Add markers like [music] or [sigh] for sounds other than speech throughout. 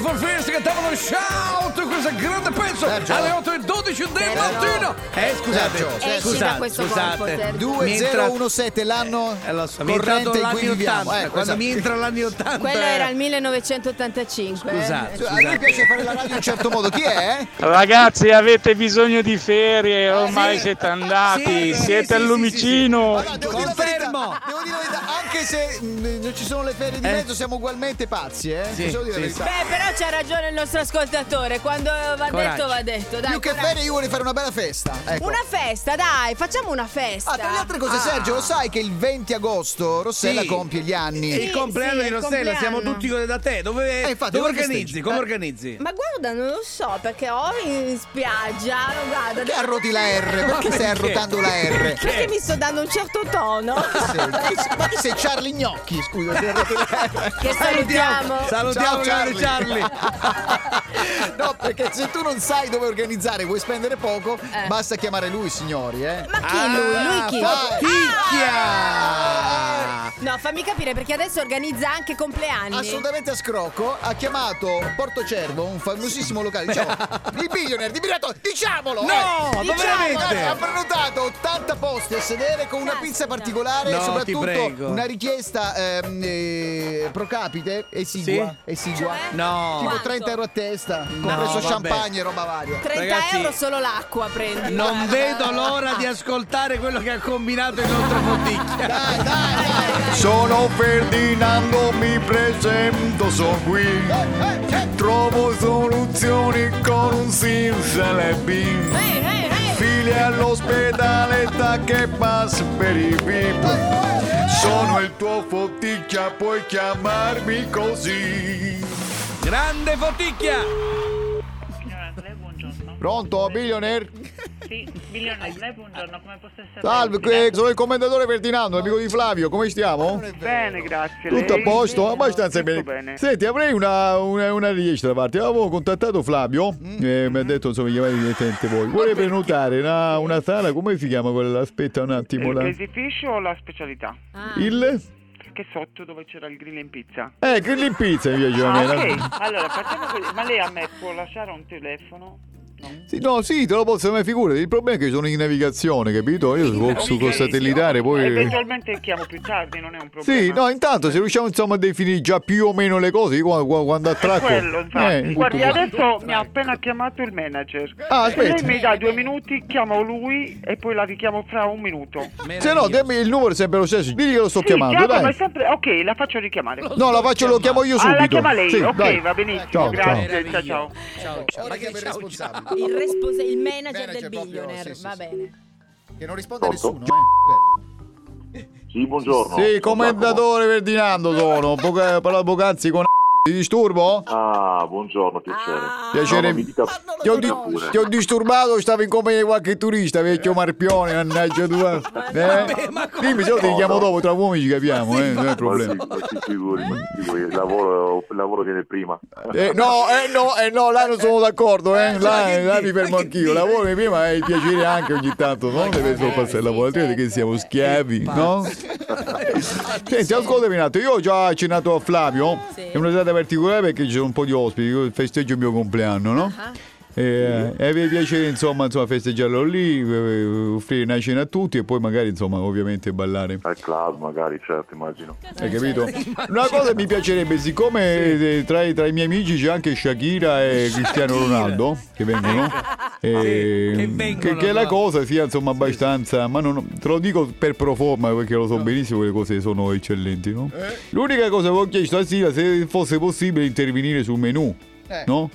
Forfesti cantavano Shout, questo grande pezzo, Sergio. alle 8 e 12 del Sergio. mattino. Eh, scusate, Sergio, Esci da scusate, questo corpo, scusate. Sergio. 2017 l'anno Eh, lo so, mi è entrato corrente in cui l'anni 80, viviamo. Ecco, quando esatto. mi entra l'anni 80. Quello era il 1985. Scusate, A lui scusate. piace fare la radio in un certo modo. Chi è? Ragazzi, avete bisogno di ferie, ormai Eh, sì. siete andati, Sì, sì, siete sì, al sì, lumicino. Allora, devo dire la verità, Oh, Confermo. devo dire la verità, anche se mh, non ci sono le ferie di Eh? mezzo, siamo ugualmente pazzi, eh? Sì, Possiamo dire la sì, verità. Beh, però c'ha ragione il nostro ascoltatore. Quando va Coraggio. detto, va detto. Dai, Più che coraggio. ferie io vorrei fare una bella festa. Ecco. Una festa, dai, facciamo una festa. Ah, tra le altre cose, Ah. Sergio, lo sai che il 20 agosto Rossella Sì. compie gli anni? il compleanno sì, di il Rossella, siamo compleanno. tutti da te. Dove, Eh, infatti, dove dove organizzi? festeggi? Come Eh. organizzi? Ma guarda, non lo so, perché ho in spiaggia, non guarda. Perché devo- arroti la R? Ma Perché stai perché? arrotando la R? Perché mi sto dando un certo [laughs] tono? Sei- Ma che sei Charlie Gnocchi? Scusa, stai arrotando la R. che salutiamo. Salutiamo Ciao, grande Charlie. Charlie. [laughs] No, perché se tu non sai dove organizzare, vuoi spendere poco, basta chiamare lui, signori, eh. Eh. Ma chi Ah, lui? Lui chi? Ah! Eh. vai. Picchia! No, fammi capire perché adesso organizza anche compleanni. Assolutamente a scrocco, ha chiamato Portocervo, un famosissimo locale. [laughs] Diciamo, il billionaire di Mirato, diciamolo! No, ma eh. veramente? Ha prenotato 80 posti a sedere con una pizza Caspita. particolare No, e ti soprattutto prego. una richiesta ehm, eh, pro capite esigua. Sì? esigua. Cioè? No. Tipo Quanto? 30 euro a testa, No, compreso vabbè. champagne e roba varia. 30 Ragazzi, euro solo l'acqua prendi. Non guarda. vedo l'ora di ascoltare quello che ha combinato il nostro Fonticchia. Dai, dai, dai. Sono Ferdinando, mi presento, sono qui. Eh, eh, eh. Trovo soluzioni con un simsalabim. Ehi, ehi, ehi. Figli all'ospedale da che passa per i VIP. Sono il tuo foticchia, puoi chiamarmi così. Grande Fonticchia! Signora, buongiorno. Pronto, billionaire? Sì, Milione, lei buongiorno, come posso essere? Salve, utile? que- sono il commendatore Ferdinando, amico di Flavio, come stiamo? Bene, grazie. Tutto a lei? posto? Abbastanza Tutto bene. Senti, avrei una, una, una richiesta da parte. Avevo contattato Flavio Mm. e mi ha detto, insomma, chiamate direttamente voi. Vorrei prenotare una, una sala, come si chiama quella? Aspetta un attimo. Il La... crazy fish o la specialità? Il? Che sotto dove c'era il grill in pizza. Eh, Grill in Pizza mi piaceva. Ah, a me, no? ok. Allora, facciamo così. Ma lei a me può lasciare un telefono? No. Sì, no, sì, te lo posso mai figurare. Il problema è che sono in navigazione, capito? Io su, su col satellitare, Eh, poi... Eventualmente chiamo più tardi, non è un problema. Sì, no, intanto se riusciamo insomma a definire già più o meno le cose, io qua- qua- quando, È attracco... quello, infatti. eh, Guardi, butto- adesso mi ha appena chiamato il manager. Ah, Se lei aspetta. mi dà due minuti, chiamo lui e poi la richiamo fra un minuto. Se no, dammi il numero sempre lo stesso. Digli che lo sto Sì, chiamando, chiamo, dai. ma è sempre... Ok, la faccio richiamare. No, la faccio, lo chiamo io Ah, subito. la chiama lei, Sì, ok, dai. va benissimo, Ciao, grazie, ciao ciao. Ciao, ciao. Ora chiama il responsabile. Il, respons- il manager Manager del proprio, billionaire, sì, sì, va sì. bene. Che non risponde Pronto? nessuno, eh. Sì, buongiorno. Sì, Sono commendatore Ferdinando sono. Poca- parlavo poc'anzi con Ti disturbo? Giacomo. Ah, buongiorno, piacere. Ah. Piacere. No, mi dica- Ti ho, di- conosco. ti ho disturbato, stavo in compagnia di qualche turista, vecchio Marpione, mannaggia tua. Eh? ma come- Dimmi, se no ti No, chiamo no. dopo, tra uomini ci capiamo, eh, non è il Ma problema. sì, ma si figuri, si figuri, il lavoro, il lavoro viene prima. Eh, no, eh no, eh no, là non sono d'accordo, eh. Là, là mi fermo anch'io. Lavoro viene prima e il piacere anche ogni tanto, no? Le penso passare certo. il lavoro, altrimenti che siamo schiavi, [laughs] no? Senti, ascoltami un attimo, io ho già accennato a Flavio, Sì. è una serata particolare perché ci sono un po' di ospiti, io festeggio il mio compleanno, no? E, e mi piacere insomma, insomma festeggiarlo lì, eh, offrire una cena a tutti e poi magari insomma ovviamente ballare. Al club, magari, certo, immagino. Eh, Hai capito? Una cosa mi piacerebbe, siccome eh, tra, i- tra i miei amici c'è anche Shakira e Cristiano Ronaldo [laughs] che vengono, eh, che vengono, che, che la no? cosa sia insomma abbastanza, ma non, te lo dico per pro forma perché lo so benissimo che le cose sono eccellenti. No? Eh. L'unica cosa che ho chiesto a Sila se fosse possibile intervenire sul menù, Eh. no?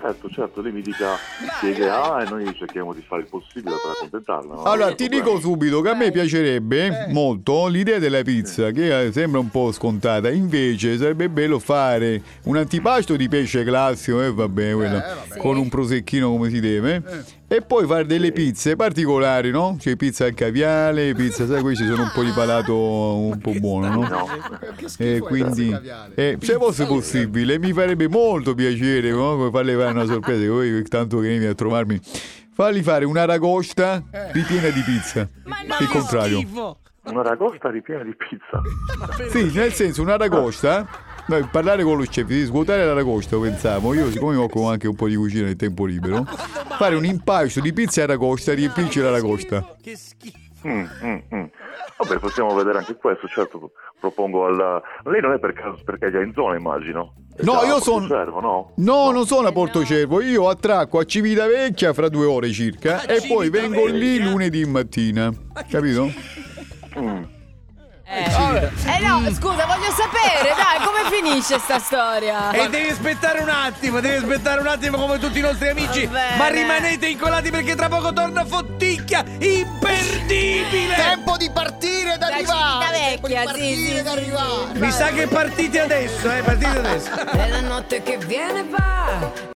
Certo, certo, lei mi dica spiegherà e noi cerchiamo di fare il possibile per accontentarla. no? Allora, Non c'è ti problema. dico subito che a me piacerebbe molto l'idea della pizza, che eh, sembra un po' scontata. Invece, sarebbe bello fare un antipasto di pesce classico, eh, vabbè, Eh. quello, con un prosecchino come si deve, e poi fare delle pizze particolari, no? Cioè, pizza al caviale, pizza, sai, questi sono un po' di palato un po' buono, no? Che schifo E è Eh, quindi, questo caviale. eh, se fosse possibile, mi farebbe molto piacere no, farle fare [laughs] una sorpresa. che Voi, tanto che vieni a trovarmi, fargli fare una ragosta Eh. ripiena di pizza. Ma no! Il contrario, Schifo. Una ragosta ripiena di pizza. sì, nel senso, una ragosta Noi parlare con lo chef, di svuotare l'aragosto, pensavo. Io, siccome mi occupo anche un po' di cucina nel [laughs] tempo libero, fare un impasto di pizza e aragosta e riempirci l'aragosta. Che schifo. Mm, mm, mm. Vabbè, possiamo vedere anche questo, certo. Propongo alla... Lei non è per caso perché è già in zona, immagino. Esatto, È No, già io a sono- Portocervo, no? No, non sono a Portocervo, io attracco a Civitavecchia fra due ore circa e poi vengo lì lunedì mattina. Capito? Mm. Eh. Eh no, scusa, voglio sapere, dai, come finisce sta storia? E devi aspettare un attimo, devi aspettare un attimo come tutti i nostri amici. Va bene. Ma rimanete incolati perché tra poco torna Fotticchia, imperdibile! Tempo di partire ed arrivare! Tempo di Civitavecchia, sì, sì, partire ed sì, arrivare! Mi sa che partite adesso, eh, partite adesso. È la notte che viene va